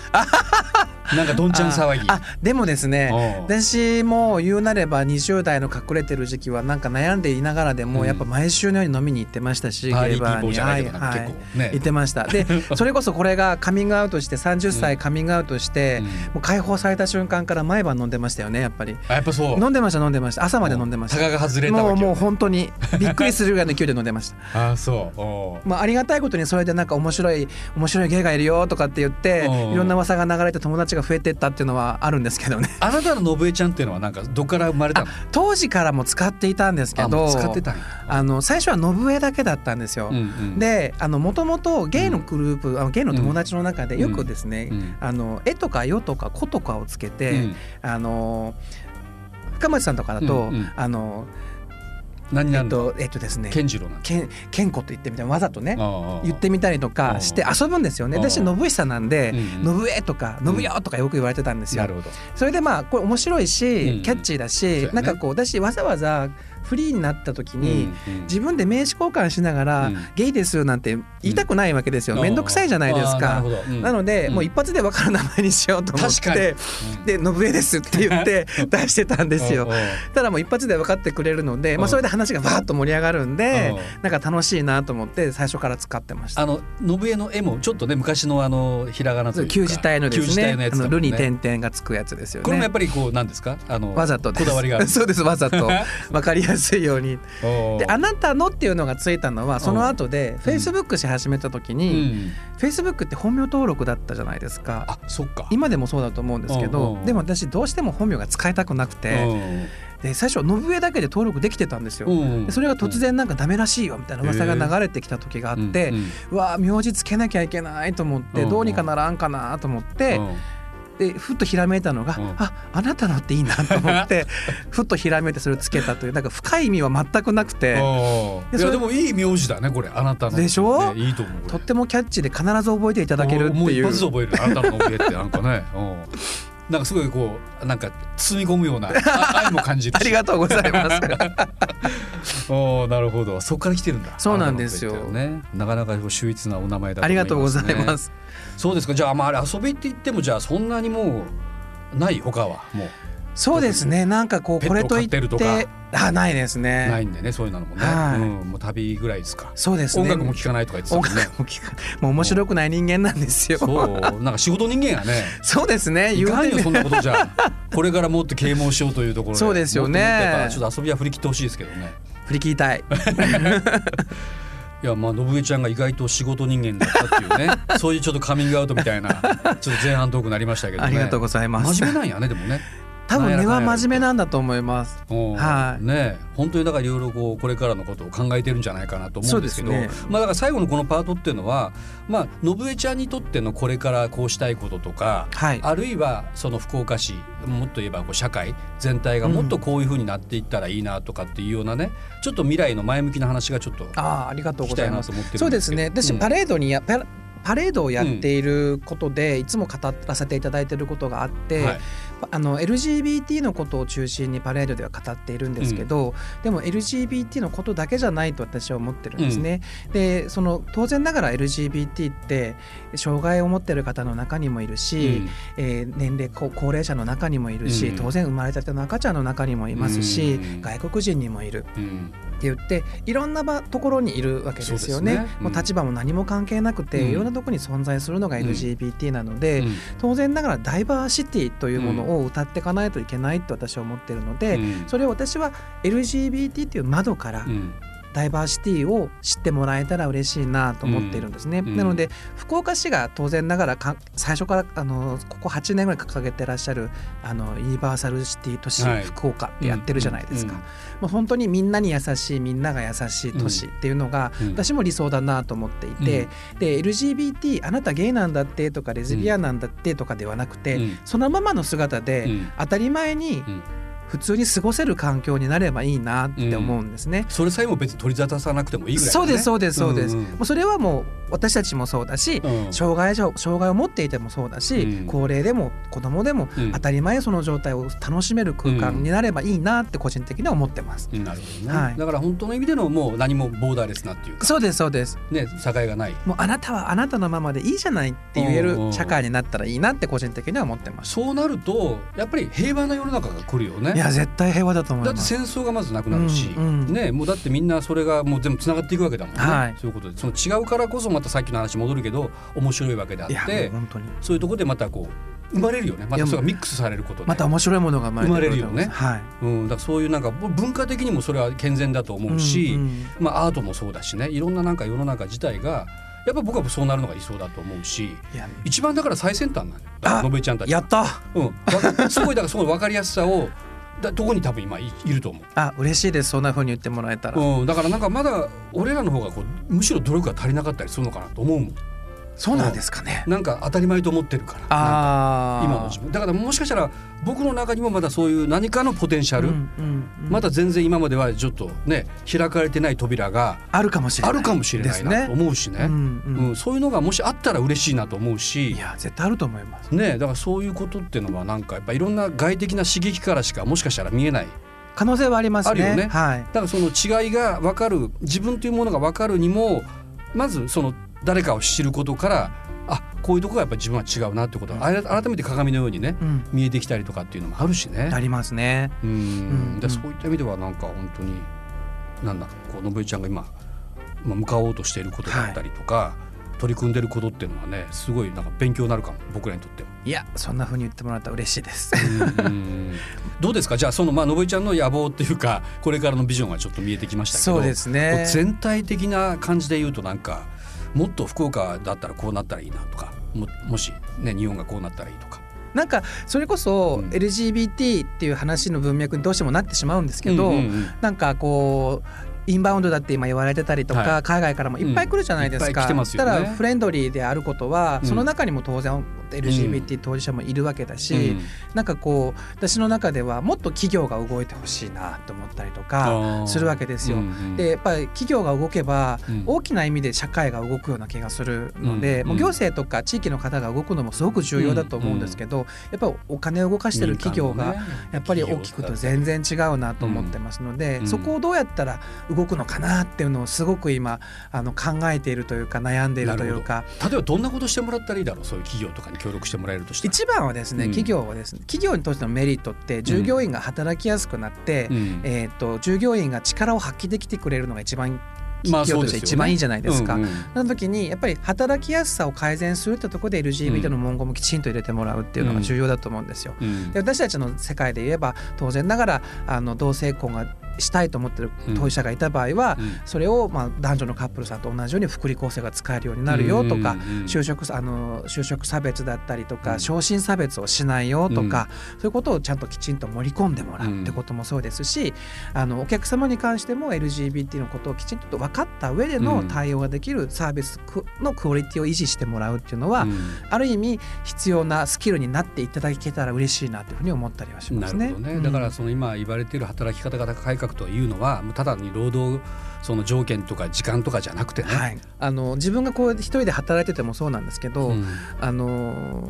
[SPEAKER 2] なんかどんちゃん騒ぎ
[SPEAKER 3] あでもですね
[SPEAKER 2] うん
[SPEAKER 3] 私も言うなれば20代の隠れてる時期はなんか悩んでいながらで
[SPEAKER 2] う
[SPEAKER 3] も
[SPEAKER 2] ん
[SPEAKER 3] やっぱ毎週のように飲みに行ってましたし、
[SPEAKER 2] パー
[SPEAKER 3] ゲ
[SPEAKER 2] リー
[SPEAKER 3] イ
[SPEAKER 2] ピー
[SPEAKER 3] バー
[SPEAKER 2] ポー
[SPEAKER 3] に
[SPEAKER 2] じゃないけどなん
[SPEAKER 3] は
[SPEAKER 2] か
[SPEAKER 3] い
[SPEAKER 2] 結
[SPEAKER 3] はい
[SPEAKER 2] 構ね、
[SPEAKER 3] 行ってまし たでそれこそこれがカミングアウトして30歳カミングアウトして、
[SPEAKER 2] うん
[SPEAKER 3] もう解放された瞬間から毎晩飲んでましたよねやっぱり
[SPEAKER 2] あやっぱそう
[SPEAKER 3] 飲んでました飲んでました朝まで飲んでました
[SPEAKER 2] たかが外れたわけ
[SPEAKER 3] もう
[SPEAKER 2] よ
[SPEAKER 3] もう本当にびっくりするぐらいの勢いで飲んで ました
[SPEAKER 2] ああそうおう
[SPEAKER 3] まあ、ありがたいことにそれでなんか面白い面白い芸がいるよとかって言って
[SPEAKER 2] うん
[SPEAKER 3] いろんな噂が流れて友達が増えてったっていうのはあるんですけどね
[SPEAKER 2] あなたの信江ちゃんっていうのはなんかどっから生まれたの
[SPEAKER 3] 当時からも使っていたんですけ
[SPEAKER 2] あも
[SPEAKER 3] ど
[SPEAKER 2] う使ってたんや、
[SPEAKER 3] あの最初は「のぶえ」だけだったんですよ。
[SPEAKER 2] うんうん、
[SPEAKER 3] でもともとゲイのグループ、あのゲイの友達の中でよくですね、
[SPEAKER 2] うん
[SPEAKER 3] あの絵とか「よ」とか「こ」とかをつけて、
[SPEAKER 2] うん
[SPEAKER 3] あの深町さんとかだと、
[SPEAKER 2] うんうん
[SPEAKER 3] あの
[SPEAKER 2] 何
[SPEAKER 3] え
[SPEAKER 2] な
[SPEAKER 3] っ
[SPEAKER 2] んだ、
[SPEAKER 3] とえっとですね
[SPEAKER 2] 健次郎なん
[SPEAKER 3] けんけんこと言ってみたいなわざとね
[SPEAKER 2] ああ
[SPEAKER 3] 言ってみたりとかして遊ぶんですよね。
[SPEAKER 2] うん
[SPEAKER 3] 私信久なんで
[SPEAKER 2] うん
[SPEAKER 3] 「信江」とか「信よ」とかよく言われてたんですよ
[SPEAKER 2] な。るほど
[SPEAKER 3] それでまあこれ面白い
[SPEAKER 2] うん
[SPEAKER 3] しキャッチーだ
[SPEAKER 2] そう
[SPEAKER 3] し
[SPEAKER 2] やね
[SPEAKER 3] なんかこう私わざわざフリーになった時に、
[SPEAKER 2] うんうん
[SPEAKER 3] 自分で名刺交換しながら、
[SPEAKER 2] うん
[SPEAKER 3] ゲイですなんて言いたくないわけですよ、めんどくさいじゃないです
[SPEAKER 2] あーな
[SPEAKER 3] か
[SPEAKER 2] るほ。どうん
[SPEAKER 3] なので、
[SPEAKER 2] うん
[SPEAKER 3] もう一発で分かる名前にしようと思っ
[SPEAKER 2] 確か
[SPEAKER 3] て「で信江です」って言って 出してたんです
[SPEAKER 2] お
[SPEAKER 3] よ
[SPEAKER 2] う。おう
[SPEAKER 3] ただもう一発で分かってくれるので、
[SPEAKER 2] う
[SPEAKER 3] ま
[SPEAKER 2] ん
[SPEAKER 3] あ、それで話がバーッと盛り上がるんで
[SPEAKER 2] うん
[SPEAKER 3] なんか楽しいなと思って最初から使ってました。
[SPEAKER 2] あの信江の絵もちょっとね昔のあのひらがなというか
[SPEAKER 3] 旧字体ので
[SPEAKER 2] 旧
[SPEAKER 3] す
[SPEAKER 2] 字体
[SPEAKER 3] ね
[SPEAKER 2] のやつだ
[SPEAKER 3] あ
[SPEAKER 2] も
[SPEAKER 3] の
[SPEAKER 2] ん
[SPEAKER 3] ル
[SPEAKER 2] ね
[SPEAKER 3] に点々がつくやつですよ
[SPEAKER 2] これもや
[SPEAKER 3] ね
[SPEAKER 2] っ。ぱりこうなんですかあの
[SPEAKER 3] わざとです
[SPEAKER 2] こだわりがある
[SPEAKER 3] そうですわざと分かりやすいように。
[SPEAKER 2] おう
[SPEAKER 3] で「あなたの」っていうのがついたのはその後でフ
[SPEAKER 2] うん
[SPEAKER 3] ェイスブックし始めた時
[SPEAKER 2] う
[SPEAKER 3] に、
[SPEAKER 2] ん
[SPEAKER 3] フェイスブックって本名登録だったじゃないですか。
[SPEAKER 2] あそっか
[SPEAKER 3] 今でもそうだと思うんですけ
[SPEAKER 2] うんうん
[SPEAKER 3] ど
[SPEAKER 2] うん
[SPEAKER 3] でも私どうしても本名が使いたくなくて
[SPEAKER 2] う
[SPEAKER 3] で最初信上だけで登録できてたんですよ。
[SPEAKER 2] ん
[SPEAKER 3] でそれが突然なんかダメらしいよみたいな噂が流れてきた時があ
[SPEAKER 2] あ
[SPEAKER 3] って、うわあ名字つけなきゃいけないと思っ
[SPEAKER 2] うん
[SPEAKER 3] て
[SPEAKER 2] うん
[SPEAKER 3] どうにかならんかなと思ってでふっとひらめいたのが
[SPEAKER 2] うん
[SPEAKER 3] ああなたのっていいなと思って ふっとひらめいてそれをつけたというなんか深い意味は全くなくて
[SPEAKER 2] い
[SPEAKER 3] で
[SPEAKER 2] や
[SPEAKER 3] それ
[SPEAKER 2] でもいい名字だねこれあなたの
[SPEAKER 3] でしょ
[SPEAKER 2] ねいいと思うこれ
[SPEAKER 3] とってもキャッチーで必ず覚えていただけるって
[SPEAKER 2] もう
[SPEAKER 3] い
[SPEAKER 2] 一
[SPEAKER 3] う
[SPEAKER 2] 発 で覚えるあなたの覚えってなんかねうんなんかすごいこうなんか包み込むようなあ愛も感じる
[SPEAKER 3] あ
[SPEAKER 2] し
[SPEAKER 3] りがとうございます。
[SPEAKER 2] おーなるほどそこから来てるんだ
[SPEAKER 3] そうなんですよ
[SPEAKER 2] あたのこと言ってるねなかなかこう秀逸なお名前だ
[SPEAKER 3] ありがとうござい
[SPEAKER 2] ね
[SPEAKER 3] ます。
[SPEAKER 2] そうですかじゃあまああれ遊びって言ってもじゃあそんなにもうない他はもう
[SPEAKER 3] そうですね。なんかこう
[SPEAKER 2] ペ
[SPEAKER 3] こ
[SPEAKER 2] ッ
[SPEAKER 3] れ
[SPEAKER 2] トを
[SPEAKER 3] と
[SPEAKER 2] 飼
[SPEAKER 3] い
[SPEAKER 2] っ
[SPEAKER 3] って
[SPEAKER 2] るとか
[SPEAKER 3] てあないですね。
[SPEAKER 2] ないんでねそういうのもね、
[SPEAKER 3] はい
[SPEAKER 2] うん、もう旅ぐらいですか
[SPEAKER 3] そうですね。
[SPEAKER 2] 音楽も聴かないとか言ってた
[SPEAKER 3] 音
[SPEAKER 2] もんね
[SPEAKER 3] 楽も聞かもう面白くない人間なんですよ。そう
[SPEAKER 2] そうなんか仕事人間やね
[SPEAKER 3] ですね。
[SPEAKER 2] い
[SPEAKER 3] 言う
[SPEAKER 2] かん
[SPEAKER 3] て
[SPEAKER 2] よそんなことじゃこれからもっと啓蒙しようというところで
[SPEAKER 3] そうですよね
[SPEAKER 2] もっともっとやっぱちょっと遊びは振り切ってほしいですけどね
[SPEAKER 3] 振り切りたい。
[SPEAKER 2] いやまあ信江ちゃんが意外と仕事人間だったっていうねそういうちょっとカミングアウトみたいなちょっと前半トークになりましたけどね
[SPEAKER 3] ありがとうございます。
[SPEAKER 2] 真面目なんやねで もね
[SPEAKER 3] 多分根は真面目
[SPEAKER 2] な
[SPEAKER 3] なんだと思います。
[SPEAKER 2] は、
[SPEAKER 3] はいい
[SPEAKER 2] ねえ本当にだからいろいろこうこれからのことを考えてるんじゃないかなと思うんですけど
[SPEAKER 3] そうです
[SPEAKER 2] まあ、だから最後のこのパートっていうのは、まあ、信江ちゃんにとってのこれからこうしたいこととか、
[SPEAKER 3] はい。
[SPEAKER 2] あるいはその福岡市もっと言えばこう社会全体がもっとこういうふうになっていったらいいなとかっていうようなねちょっと未来の前向きな話がちょっと
[SPEAKER 3] ああありがとう
[SPEAKER 2] 聞き
[SPEAKER 3] ご
[SPEAKER 2] た
[SPEAKER 3] ざい
[SPEAKER 2] いな
[SPEAKER 3] ま
[SPEAKER 2] と
[SPEAKER 3] す。
[SPEAKER 2] 思ってるんですけど
[SPEAKER 3] そうですね。私
[SPEAKER 2] うん
[SPEAKER 3] パレードにやパレパレードをやっていることで、いつも語らせていただいていることがあって、
[SPEAKER 2] はい
[SPEAKER 3] あの LGBT のことを中心にパレードでは語っているんですけど、でも LGBT のことだけじゃないと私は思ってるんですね。でその当然ながら LGBT って障害を持ってる方の中にもいるし、えー年齢高高齢者の中にもいるし、
[SPEAKER 2] うん
[SPEAKER 3] 当然生まれたての赤ちゃんの中にもいますし、
[SPEAKER 2] うん
[SPEAKER 3] 外国人にもいる。
[SPEAKER 2] うんうん
[SPEAKER 3] って言っていろんな場ところにいるわけですよ
[SPEAKER 2] そ
[SPEAKER 3] ね
[SPEAKER 2] うですねうん
[SPEAKER 3] もう立場も何も関係なくて、
[SPEAKER 2] うん
[SPEAKER 3] いろんなところに存在するのが LGBT なので、
[SPEAKER 2] うん
[SPEAKER 3] 当然ながらダイバーシティというものを歌っていかないといけないと私は思ってるので、
[SPEAKER 2] うん
[SPEAKER 3] それを私は LGBT という窓から
[SPEAKER 2] うん
[SPEAKER 3] ダイバーシティを知ってもらえたら嬉しいなと思っているんですね。
[SPEAKER 2] うん
[SPEAKER 3] なので福岡市が当然ながらか最初からあのここ8年ぐらい掲げてらっしゃるあのユニバーサルシティ都市
[SPEAKER 2] はい
[SPEAKER 3] 福岡ってやってるじゃないですか。
[SPEAKER 2] うん
[SPEAKER 3] もう本当にみんなに優しいみんなが優しい都市っていうのが
[SPEAKER 2] うんうん
[SPEAKER 3] 私も理想だなと思っていて、で LGBT あなたゲイなんだってとかレズビアンなんだってとかではなくて、
[SPEAKER 2] うん
[SPEAKER 3] そのままの姿で、
[SPEAKER 2] うん
[SPEAKER 3] 当たり前に
[SPEAKER 2] うん
[SPEAKER 3] 普通に過ごせる環境になればいいなって思うんですね。
[SPEAKER 2] それさえも別に取り沙汰さなくてもいいぐらい、ね、
[SPEAKER 3] そうですそうですそうです、
[SPEAKER 2] んん
[SPEAKER 3] もうそれはもう私たちもそうだし、
[SPEAKER 2] うん
[SPEAKER 3] 障害者障害を持っていてもそうだし、
[SPEAKER 2] うん
[SPEAKER 3] 高齢でも子供でも
[SPEAKER 2] うん
[SPEAKER 3] 当たり前その状態を楽しめる空間になればいいなって個人的には思ってます、
[SPEAKER 2] うんなるほどね、
[SPEAKER 3] はい
[SPEAKER 2] だから本当の意味でのもう何もボーダーレスなっていうか
[SPEAKER 3] そうですそうです
[SPEAKER 2] ね境がない
[SPEAKER 3] もうあなたはあなたのままでいいじゃないって言える社会になったらいいなって個人的には思ってます
[SPEAKER 2] そうなるとやっぱり平和な世の中が来るよね
[SPEAKER 3] いや絶対平和だと思い
[SPEAKER 2] だっ
[SPEAKER 3] ま
[SPEAKER 2] て
[SPEAKER 3] す
[SPEAKER 2] 戦争がまずなくなるし、
[SPEAKER 3] うんうん
[SPEAKER 2] ね、もうだってみんなそれがもう全部つながっていくわけだもんね、
[SPEAKER 3] はい
[SPEAKER 2] そういうことでその違うからこそまたさっきの話戻るけど面白いわけであっ
[SPEAKER 3] いやもう
[SPEAKER 2] て
[SPEAKER 3] 本当に
[SPEAKER 2] そういうところでまたこう生まれるよねまた
[SPEAKER 3] いや
[SPEAKER 2] それがミックスされることで
[SPEAKER 3] また面白いものが生まれてくと思いますはい
[SPEAKER 2] うん、だからそういうなんか文化的にもそれは健全だと思うし、
[SPEAKER 3] うんうん
[SPEAKER 2] まあ、アートもそうだしねいろんななんか世の中自体がやっぱ僕はそうなるのが理想だと思うし
[SPEAKER 3] いや
[SPEAKER 2] 一番だから最先端なんだ
[SPEAKER 3] あ
[SPEAKER 2] のべちゃんたち
[SPEAKER 3] や
[SPEAKER 2] は
[SPEAKER 3] った
[SPEAKER 2] うん、 わすごいだからその分かりやすさをだどこに多分今いいると思う。
[SPEAKER 3] あ嬉しいですそんな風に言ってもらえたら、
[SPEAKER 2] うん、だからなんかまだ俺らの方がこうむしろ努力が足りなかったりするのかなと思うもん
[SPEAKER 3] そうなんですかね、
[SPEAKER 2] なんか当たり前と思ってるからなんか
[SPEAKER 3] ああ
[SPEAKER 2] 今の自分だからもしかしたら僕の中にもまだそういう何かのポテンシャル、
[SPEAKER 3] うんうんうん
[SPEAKER 2] まだ全然今まではちょっとね開かれてない扉が
[SPEAKER 3] あるかもしれな
[SPEAKER 2] あ
[SPEAKER 3] い
[SPEAKER 2] るかもしれない
[SPEAKER 3] で
[SPEAKER 2] な
[SPEAKER 3] す
[SPEAKER 2] と
[SPEAKER 3] ね
[SPEAKER 2] 思うしね
[SPEAKER 3] うんうん
[SPEAKER 2] うんそういうのがもしあったら嬉しいなと思うし
[SPEAKER 3] いや絶対あると思います
[SPEAKER 2] ねだからそういうことっていうのはなんかやっぱいろんな外的な刺激からしかもしかしたら見えない
[SPEAKER 3] 可能性はあります
[SPEAKER 2] あるよ
[SPEAKER 3] ね。
[SPEAKER 2] ね
[SPEAKER 3] はい。
[SPEAKER 2] だからその違いが分かる自分というものが分かるにもまずその誰かを知ることからあこういうとこがやっぱり自分は違うなってことがあら改めて鏡のようにね
[SPEAKER 3] うん。
[SPEAKER 2] 見えてきたりとかっていうのもあるしね。
[SPEAKER 3] ありますね。
[SPEAKER 2] うん
[SPEAKER 3] うん
[SPEAKER 2] でそういった意味ではなんか本当になんだこうのぶえちゃんが今、まあ、向かおうとしていることだったりとか、取り組んでることっていうのはねすごいなんか勉強になるかも僕らにとっても。
[SPEAKER 3] いや、そんな風に言ってもらったら嬉しいです。
[SPEAKER 2] うんどうですかじゃあそのまあのぶえちゃんの野望っていうかこれからのビジョンがちょっと見えてきましたけど
[SPEAKER 3] そうですね。
[SPEAKER 2] 全体的な感じで言うとなんかもっと福岡だったらこうなったらいいなとかももし、ね、日本がこうなったらいいとか。
[SPEAKER 3] なんかそれこそ
[SPEAKER 2] うん
[SPEAKER 3] LGBT っていう話の文脈にどうしてもなってしまうんですけど、
[SPEAKER 2] うんうんうん
[SPEAKER 3] なんかこうインバウンドだって今言われてたりとか、
[SPEAKER 2] は
[SPEAKER 3] 海外からもいっぱい来るじゃないです
[SPEAKER 2] うんいっぱ
[SPEAKER 3] か。
[SPEAKER 2] い来てますよね
[SPEAKER 3] ただフレンドリーであることは、
[SPEAKER 2] うん
[SPEAKER 3] その中にも当然 LGBT 当事者もいるわけだし、なんかこう私の中ではもっと企業が動いてほしいなと思ったりとかするわけですよ。でやっぱり企業が動けば
[SPEAKER 2] うん
[SPEAKER 3] 大きな意味で社会が動くような気がするので、
[SPEAKER 2] うん
[SPEAKER 3] もう行政とか地域の方が動くのもすごく重要だと思うんですけど、やっぱりお金を動かしてる企業がやっぱり大きくと全然違うなと思ってますので、
[SPEAKER 2] うん
[SPEAKER 3] そこをどうやったら動くのかなっていうのをすごく今あの考えているというか悩んでいるというか
[SPEAKER 2] 例えばどんなことしてもらったらいいだろうそういう企業とかに協力してもらえるとしたら。
[SPEAKER 3] 一番はですね
[SPEAKER 2] うん
[SPEAKER 3] 企業はですね企業にとってのメリットって従業員が働きやすくなって、
[SPEAKER 2] うん
[SPEAKER 3] えー、と従業員が力を発揮できてくれるのが一番
[SPEAKER 2] まあ
[SPEAKER 3] 企業として一番いいじゃないですか。
[SPEAKER 2] そうですよね
[SPEAKER 3] な時にやっぱり働きやすさを改善するってところで LGBT の文言もきちんと入れてもらうっていうのが重要だと思うんですよ。
[SPEAKER 2] うんうん
[SPEAKER 3] で私たちの世界で言えば当然ながらあの同性婚がしたいと思ってる当事者がいた場合は、
[SPEAKER 2] うん
[SPEAKER 3] それをまあ男女のカップルさんと同じように福利厚生が使えるようになるよとか、
[SPEAKER 2] うんうん
[SPEAKER 3] 就職あの就職差別だったりと
[SPEAKER 2] う
[SPEAKER 3] か
[SPEAKER 2] ん
[SPEAKER 3] 昇進差別をしないよとか、そういうことをちゃんときちんと盛り込んでもらうってこともそうですし、あのお客様に関しても LGBT のことをきちんと分かった上で
[SPEAKER 2] う
[SPEAKER 3] の
[SPEAKER 2] ん
[SPEAKER 3] 対応ができるサービスくのクオリティを維持してもらうっていうのは、
[SPEAKER 2] うん
[SPEAKER 3] ある意味必要なスキルになっていただけたら嬉しいなというふうに思ったりはしま
[SPEAKER 2] な
[SPEAKER 3] す
[SPEAKER 2] る
[SPEAKER 3] ね。
[SPEAKER 2] ほどね、だか
[SPEAKER 3] う
[SPEAKER 2] ら
[SPEAKER 3] ん
[SPEAKER 2] その今言われている働き方改革というのはもうただに労働その条件とか時間とかじゃなくてね、
[SPEAKER 3] はい、あの自分がこう一人で働いててもそうなんですけど、
[SPEAKER 2] うん
[SPEAKER 3] あの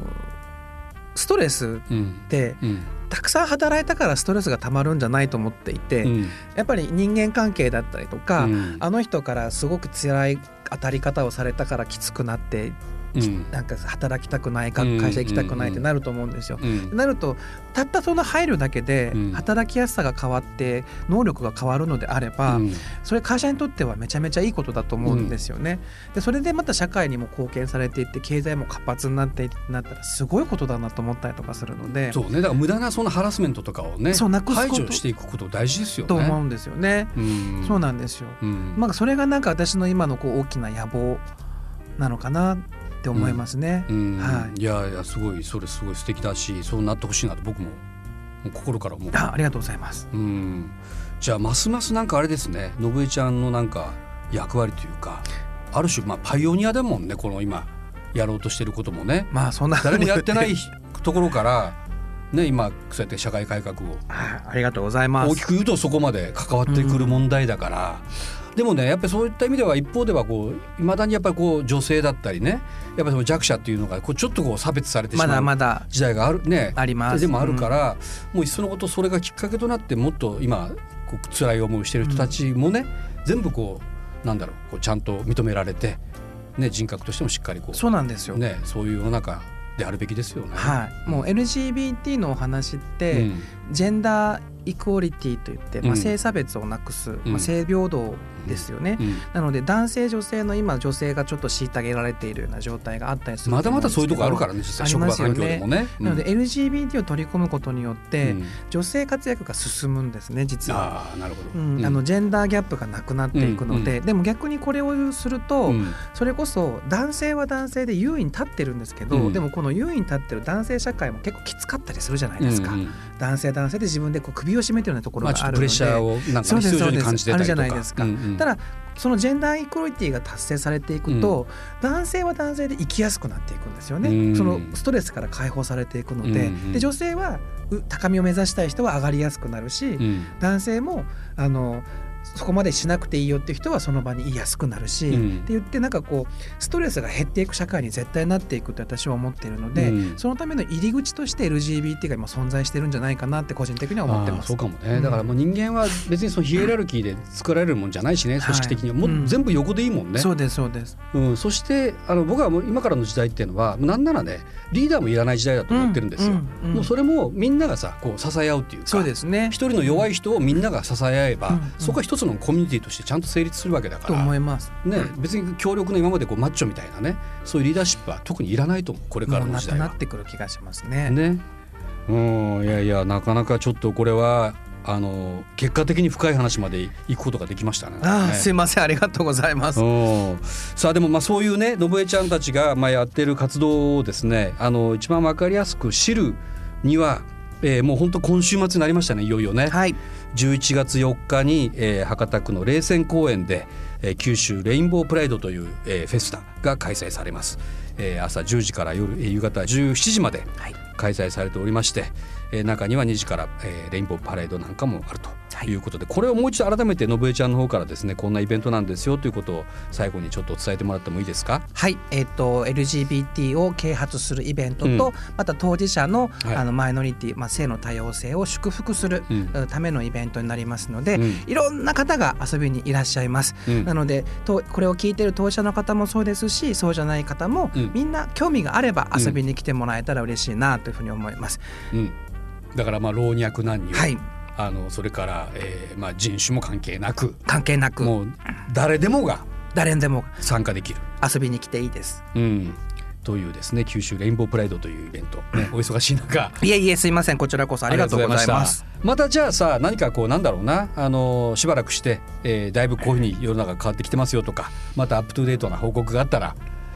[SPEAKER 3] ストレス
[SPEAKER 2] うん
[SPEAKER 3] って
[SPEAKER 2] うん
[SPEAKER 3] たくさん働いたからストレスがたまるんじゃないと思っていて、
[SPEAKER 2] うん
[SPEAKER 3] やっぱり人間関係だったりとか、
[SPEAKER 2] うん
[SPEAKER 3] あの人からすごく辛い当たり方をされたからきつくなって
[SPEAKER 2] うん
[SPEAKER 3] なんか働きたくないか
[SPEAKER 2] うん
[SPEAKER 3] 会社行きたくないってなると思うんですよ。
[SPEAKER 2] うん
[SPEAKER 3] なるとたったその配慮だけで
[SPEAKER 2] うん
[SPEAKER 3] 働きやすさが変わって能力が変わるのであれば、
[SPEAKER 2] うん
[SPEAKER 3] それ会社にとってはめちゃめちゃいいことだと思うんですよね。でそれでまた社会にも貢献されていって経済も活発になっていってなったらすごいことだなと思ったりとかするので。
[SPEAKER 2] そうねだから無駄なそのハラスメントとかをね
[SPEAKER 3] そうなくすこ
[SPEAKER 2] 排
[SPEAKER 3] と
[SPEAKER 2] 除していくこと大事ですよね。
[SPEAKER 3] と思うんですよね。
[SPEAKER 2] うん
[SPEAKER 3] そうなんですよ。
[SPEAKER 2] うん
[SPEAKER 3] まあそれがなんか私の今のこう大きな野望なのかなって思いますね。
[SPEAKER 2] うん、
[SPEAKER 3] はい
[SPEAKER 2] やいやすごいそれすごい素敵だしそうなってほしいなと僕ももう心から思う。
[SPEAKER 3] あありがとうございます。
[SPEAKER 2] うん、じゃあますますなんかあれですね信江ちゃんのなんか役割というかある種まあパイオニアだもんねこの今やろうとしてることもね
[SPEAKER 3] まあそんな
[SPEAKER 2] 誰もや ってな
[SPEAKER 3] はい
[SPEAKER 2] いところから、ね、今そうやって社会改革を
[SPEAKER 3] ありがとうございます。
[SPEAKER 2] 大きく言うとそこまで関わってくる問題だから、でもねやっぱりそういった意味では一方ではこういまだにやっぱりこう女性だったりねやっぱりその弱者っていうのがこうちょっとこう差別されてしま
[SPEAKER 3] ま
[SPEAKER 2] う
[SPEAKER 3] だまだ
[SPEAKER 2] 時代があるね
[SPEAKER 3] あります。
[SPEAKER 2] でもあるから、もういっそのことそれがきっかけとなってもっと今こう辛い思いをしてる人たちもね、全部こうなんだろうこうちゃんと認められて、ね、人格としてもしっかりこ
[SPEAKER 3] うん
[SPEAKER 2] う
[SPEAKER 3] そうなんですよ。
[SPEAKER 2] ね、そういう世の中であるべきですよね。
[SPEAKER 3] はい。もう LGBT のお話っ
[SPEAKER 2] う
[SPEAKER 3] て、
[SPEAKER 2] ん
[SPEAKER 3] ジェンダーイクオリティといって、ま
[SPEAKER 2] う
[SPEAKER 3] あ
[SPEAKER 2] ん
[SPEAKER 3] 性差別をなくす、
[SPEAKER 2] う
[SPEAKER 3] ま
[SPEAKER 2] ん
[SPEAKER 3] あ性平等ですよね。
[SPEAKER 2] うん
[SPEAKER 3] なので男性女性の今女性がちょっと虐げられているような状態があったりする
[SPEAKER 2] ま
[SPEAKER 3] と
[SPEAKER 2] だま
[SPEAKER 3] 思んで
[SPEAKER 2] だ
[SPEAKER 3] す
[SPEAKER 2] そ
[SPEAKER 3] け
[SPEAKER 2] うい
[SPEAKER 3] ど
[SPEAKER 2] うとこあるからね実際
[SPEAKER 3] あり
[SPEAKER 2] 職場
[SPEAKER 3] ますよ
[SPEAKER 2] 環
[SPEAKER 3] ね
[SPEAKER 2] 境でもね。
[SPEAKER 3] なので LGBT を取り込むことによっ
[SPEAKER 2] う
[SPEAKER 3] て、
[SPEAKER 2] ん
[SPEAKER 3] 女性活躍が進むんですね実は。
[SPEAKER 2] ああなるほど。
[SPEAKER 3] うん
[SPEAKER 2] うん
[SPEAKER 3] あのジェンダーギャップがなくなっていくので、でも逆にこれをすると、
[SPEAKER 2] うん
[SPEAKER 3] それこそ男性は男性で優位に立ってるんですけど、
[SPEAKER 2] うん
[SPEAKER 3] でもこの優位に立ってる男性社会も結構きつかったりするじゃないですか、
[SPEAKER 2] うんうん
[SPEAKER 3] 男性は男性で自分でこう首を絞めてるようなところ
[SPEAKER 2] ま
[SPEAKER 3] が
[SPEAKER 2] あちょ
[SPEAKER 3] あ
[SPEAKER 2] っ
[SPEAKER 3] る
[SPEAKER 2] とプ
[SPEAKER 3] の
[SPEAKER 2] レ
[SPEAKER 3] で、
[SPEAKER 2] ッシャーをなんか
[SPEAKER 3] そうで
[SPEAKER 2] ね
[SPEAKER 3] す
[SPEAKER 2] 必要以上に
[SPEAKER 3] そう
[SPEAKER 2] 感
[SPEAKER 3] で
[SPEAKER 2] じ
[SPEAKER 3] す
[SPEAKER 2] てたりとか。
[SPEAKER 3] あるじゃないですか
[SPEAKER 2] うんうん
[SPEAKER 3] ただそのジェンダーイクオリティが達成されていくと、男性は男性で生きやすくなっていくんですよね、
[SPEAKER 2] うん
[SPEAKER 3] そのストレスから解放されていくので,、
[SPEAKER 2] うんうん
[SPEAKER 3] で女性はう高みを目指したい人は上がりやすくなるし、
[SPEAKER 2] うん
[SPEAKER 3] 男性もあのそこまでしなくていいよって人はその場に言いやすくなるし、
[SPEAKER 2] うん
[SPEAKER 3] って言ってなんかこうストレスが減っていく社会に絶対なっていくって私は思っているので、
[SPEAKER 2] うん
[SPEAKER 3] そのための入り口として LGBT が今存在してるんじゃないかなって個人的には思ってま
[SPEAKER 2] あー
[SPEAKER 3] す。
[SPEAKER 2] そうかも
[SPEAKER 3] う
[SPEAKER 2] ね。
[SPEAKER 3] ん
[SPEAKER 2] だからもう人間は別にそのヒエラルキーで作られるもんじゃないしね、組織的には
[SPEAKER 3] はい
[SPEAKER 2] も
[SPEAKER 3] う
[SPEAKER 2] うん全部横でいいもんね。
[SPEAKER 3] そうですそうです。
[SPEAKER 2] うん、そしてあの僕はもう今からの時代っていうのはなんならねリーダーもいらない時代だと思ってるんですよ。
[SPEAKER 3] うんうん
[SPEAKER 2] もうそれもみんながさこう支え合うっていうか
[SPEAKER 3] そうですね。
[SPEAKER 2] 一人の弱い人をみんなが支え合えば、
[SPEAKER 3] うんうん
[SPEAKER 2] そこは一つのコミュニティとしてちゃんと成立するわけだか
[SPEAKER 3] と
[SPEAKER 2] ら、
[SPEAKER 3] 思います。
[SPEAKER 2] ね、別に強力な今までこうマッチョみたいなねそういうリーダーシップは特にいらないと思うこれか
[SPEAKER 3] も
[SPEAKER 2] ら
[SPEAKER 3] う
[SPEAKER 2] の
[SPEAKER 3] な
[SPEAKER 2] 時
[SPEAKER 3] く
[SPEAKER 2] 代
[SPEAKER 3] な
[SPEAKER 2] は
[SPEAKER 3] っ。てくる気がしますね。
[SPEAKER 2] ね、うんいやいやなかなかちょっとこれはあの結果的に深い話まで行くことができましたね。
[SPEAKER 3] ああ、
[SPEAKER 2] ね
[SPEAKER 3] すいませんありがとうございます。
[SPEAKER 2] うんさあでもまあそういうね信江ちゃんたちがまあやってる活動をですねあの一番わかりやすく知るには、えーもう本当今週末になりましたねいよいよね、
[SPEAKER 3] はい。
[SPEAKER 2] 11月4日に、えー博多区の冷泉公園で、えー九州レインボープライドという、えーフェスタが開催されます、えー朝10時から夜、えー夕方17時まで
[SPEAKER 3] はい
[SPEAKER 2] 開催されておりまして、えー中には2時から、えーレインボーパレードなんかもあると
[SPEAKER 3] はい
[SPEAKER 2] いうことで、これをもう一度改めて信江ちゃんの方からですねこんなイベントなんですよということを最後にちょっと伝えてもらってもいいですか
[SPEAKER 3] はい、えっ、と LGBT を啓発するイベントと、
[SPEAKER 2] う
[SPEAKER 3] また当事者の、
[SPEAKER 2] はい
[SPEAKER 3] あのマイノリティ、まあ性の多様性を祝福する、
[SPEAKER 2] うん
[SPEAKER 3] うんためのイベントになりますので、
[SPEAKER 2] うん
[SPEAKER 3] いろんな方が遊びにいらっしゃいます。
[SPEAKER 2] うん
[SPEAKER 3] なのでとこれを聞いてる当事者の方もそうですしそうじゃない方も、
[SPEAKER 2] うん
[SPEAKER 3] みんな興味があれば遊びに来てもらえたら嬉しいなというふうに思います。
[SPEAKER 2] うん、だからまあ老若男女、
[SPEAKER 3] はい
[SPEAKER 2] あのそれから、えーまあ、人種も関係なく
[SPEAKER 3] 関係なく
[SPEAKER 2] もう誰でもが
[SPEAKER 3] 誰にでも
[SPEAKER 2] 参加できる、
[SPEAKER 3] 遊びに来ていいです。
[SPEAKER 2] うん、というですね九州レインボープライドというイベント、ね、お忙しい中
[SPEAKER 3] いえいえすいませんこちら こそありがとうございます。
[SPEAKER 2] ありがとうございましたまたじゃあさ何かこうなんだろうなあのしばらくして、えーだいぶこういうふうに世の中変わってきてますよとかまたアップトゥデートな報告があったら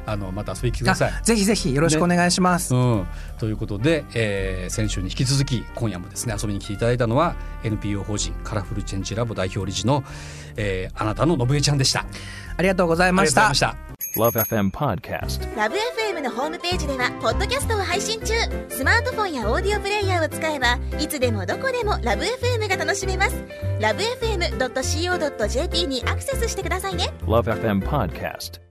[SPEAKER 2] あのまた遊びに来てください
[SPEAKER 3] あ。ぜひぜひよろしくお願いします。
[SPEAKER 2] うん、ということで、えー先週に引き続き今夜もですね遊びに来ていただいたのは NPO 法人カラフルチェンジラボ代表理事の、えーあなたの信江ちゃんでした。あり
[SPEAKER 3] ありがとうござい
[SPEAKER 2] がとう
[SPEAKER 3] ま
[SPEAKER 2] ご
[SPEAKER 3] し
[SPEAKER 2] ざい
[SPEAKER 3] た
[SPEAKER 2] まし。た。
[SPEAKER 4] Love FM Podcast.
[SPEAKER 5] ラブ f m のホームページではポッドキャストを配信中スマートフォンやオーディオプレイヤーを使えばいつでもどこでもラブ f m が楽しめますラブ FM.co.jp にアクセスしてくださいね
[SPEAKER 4] Love FM Podcast.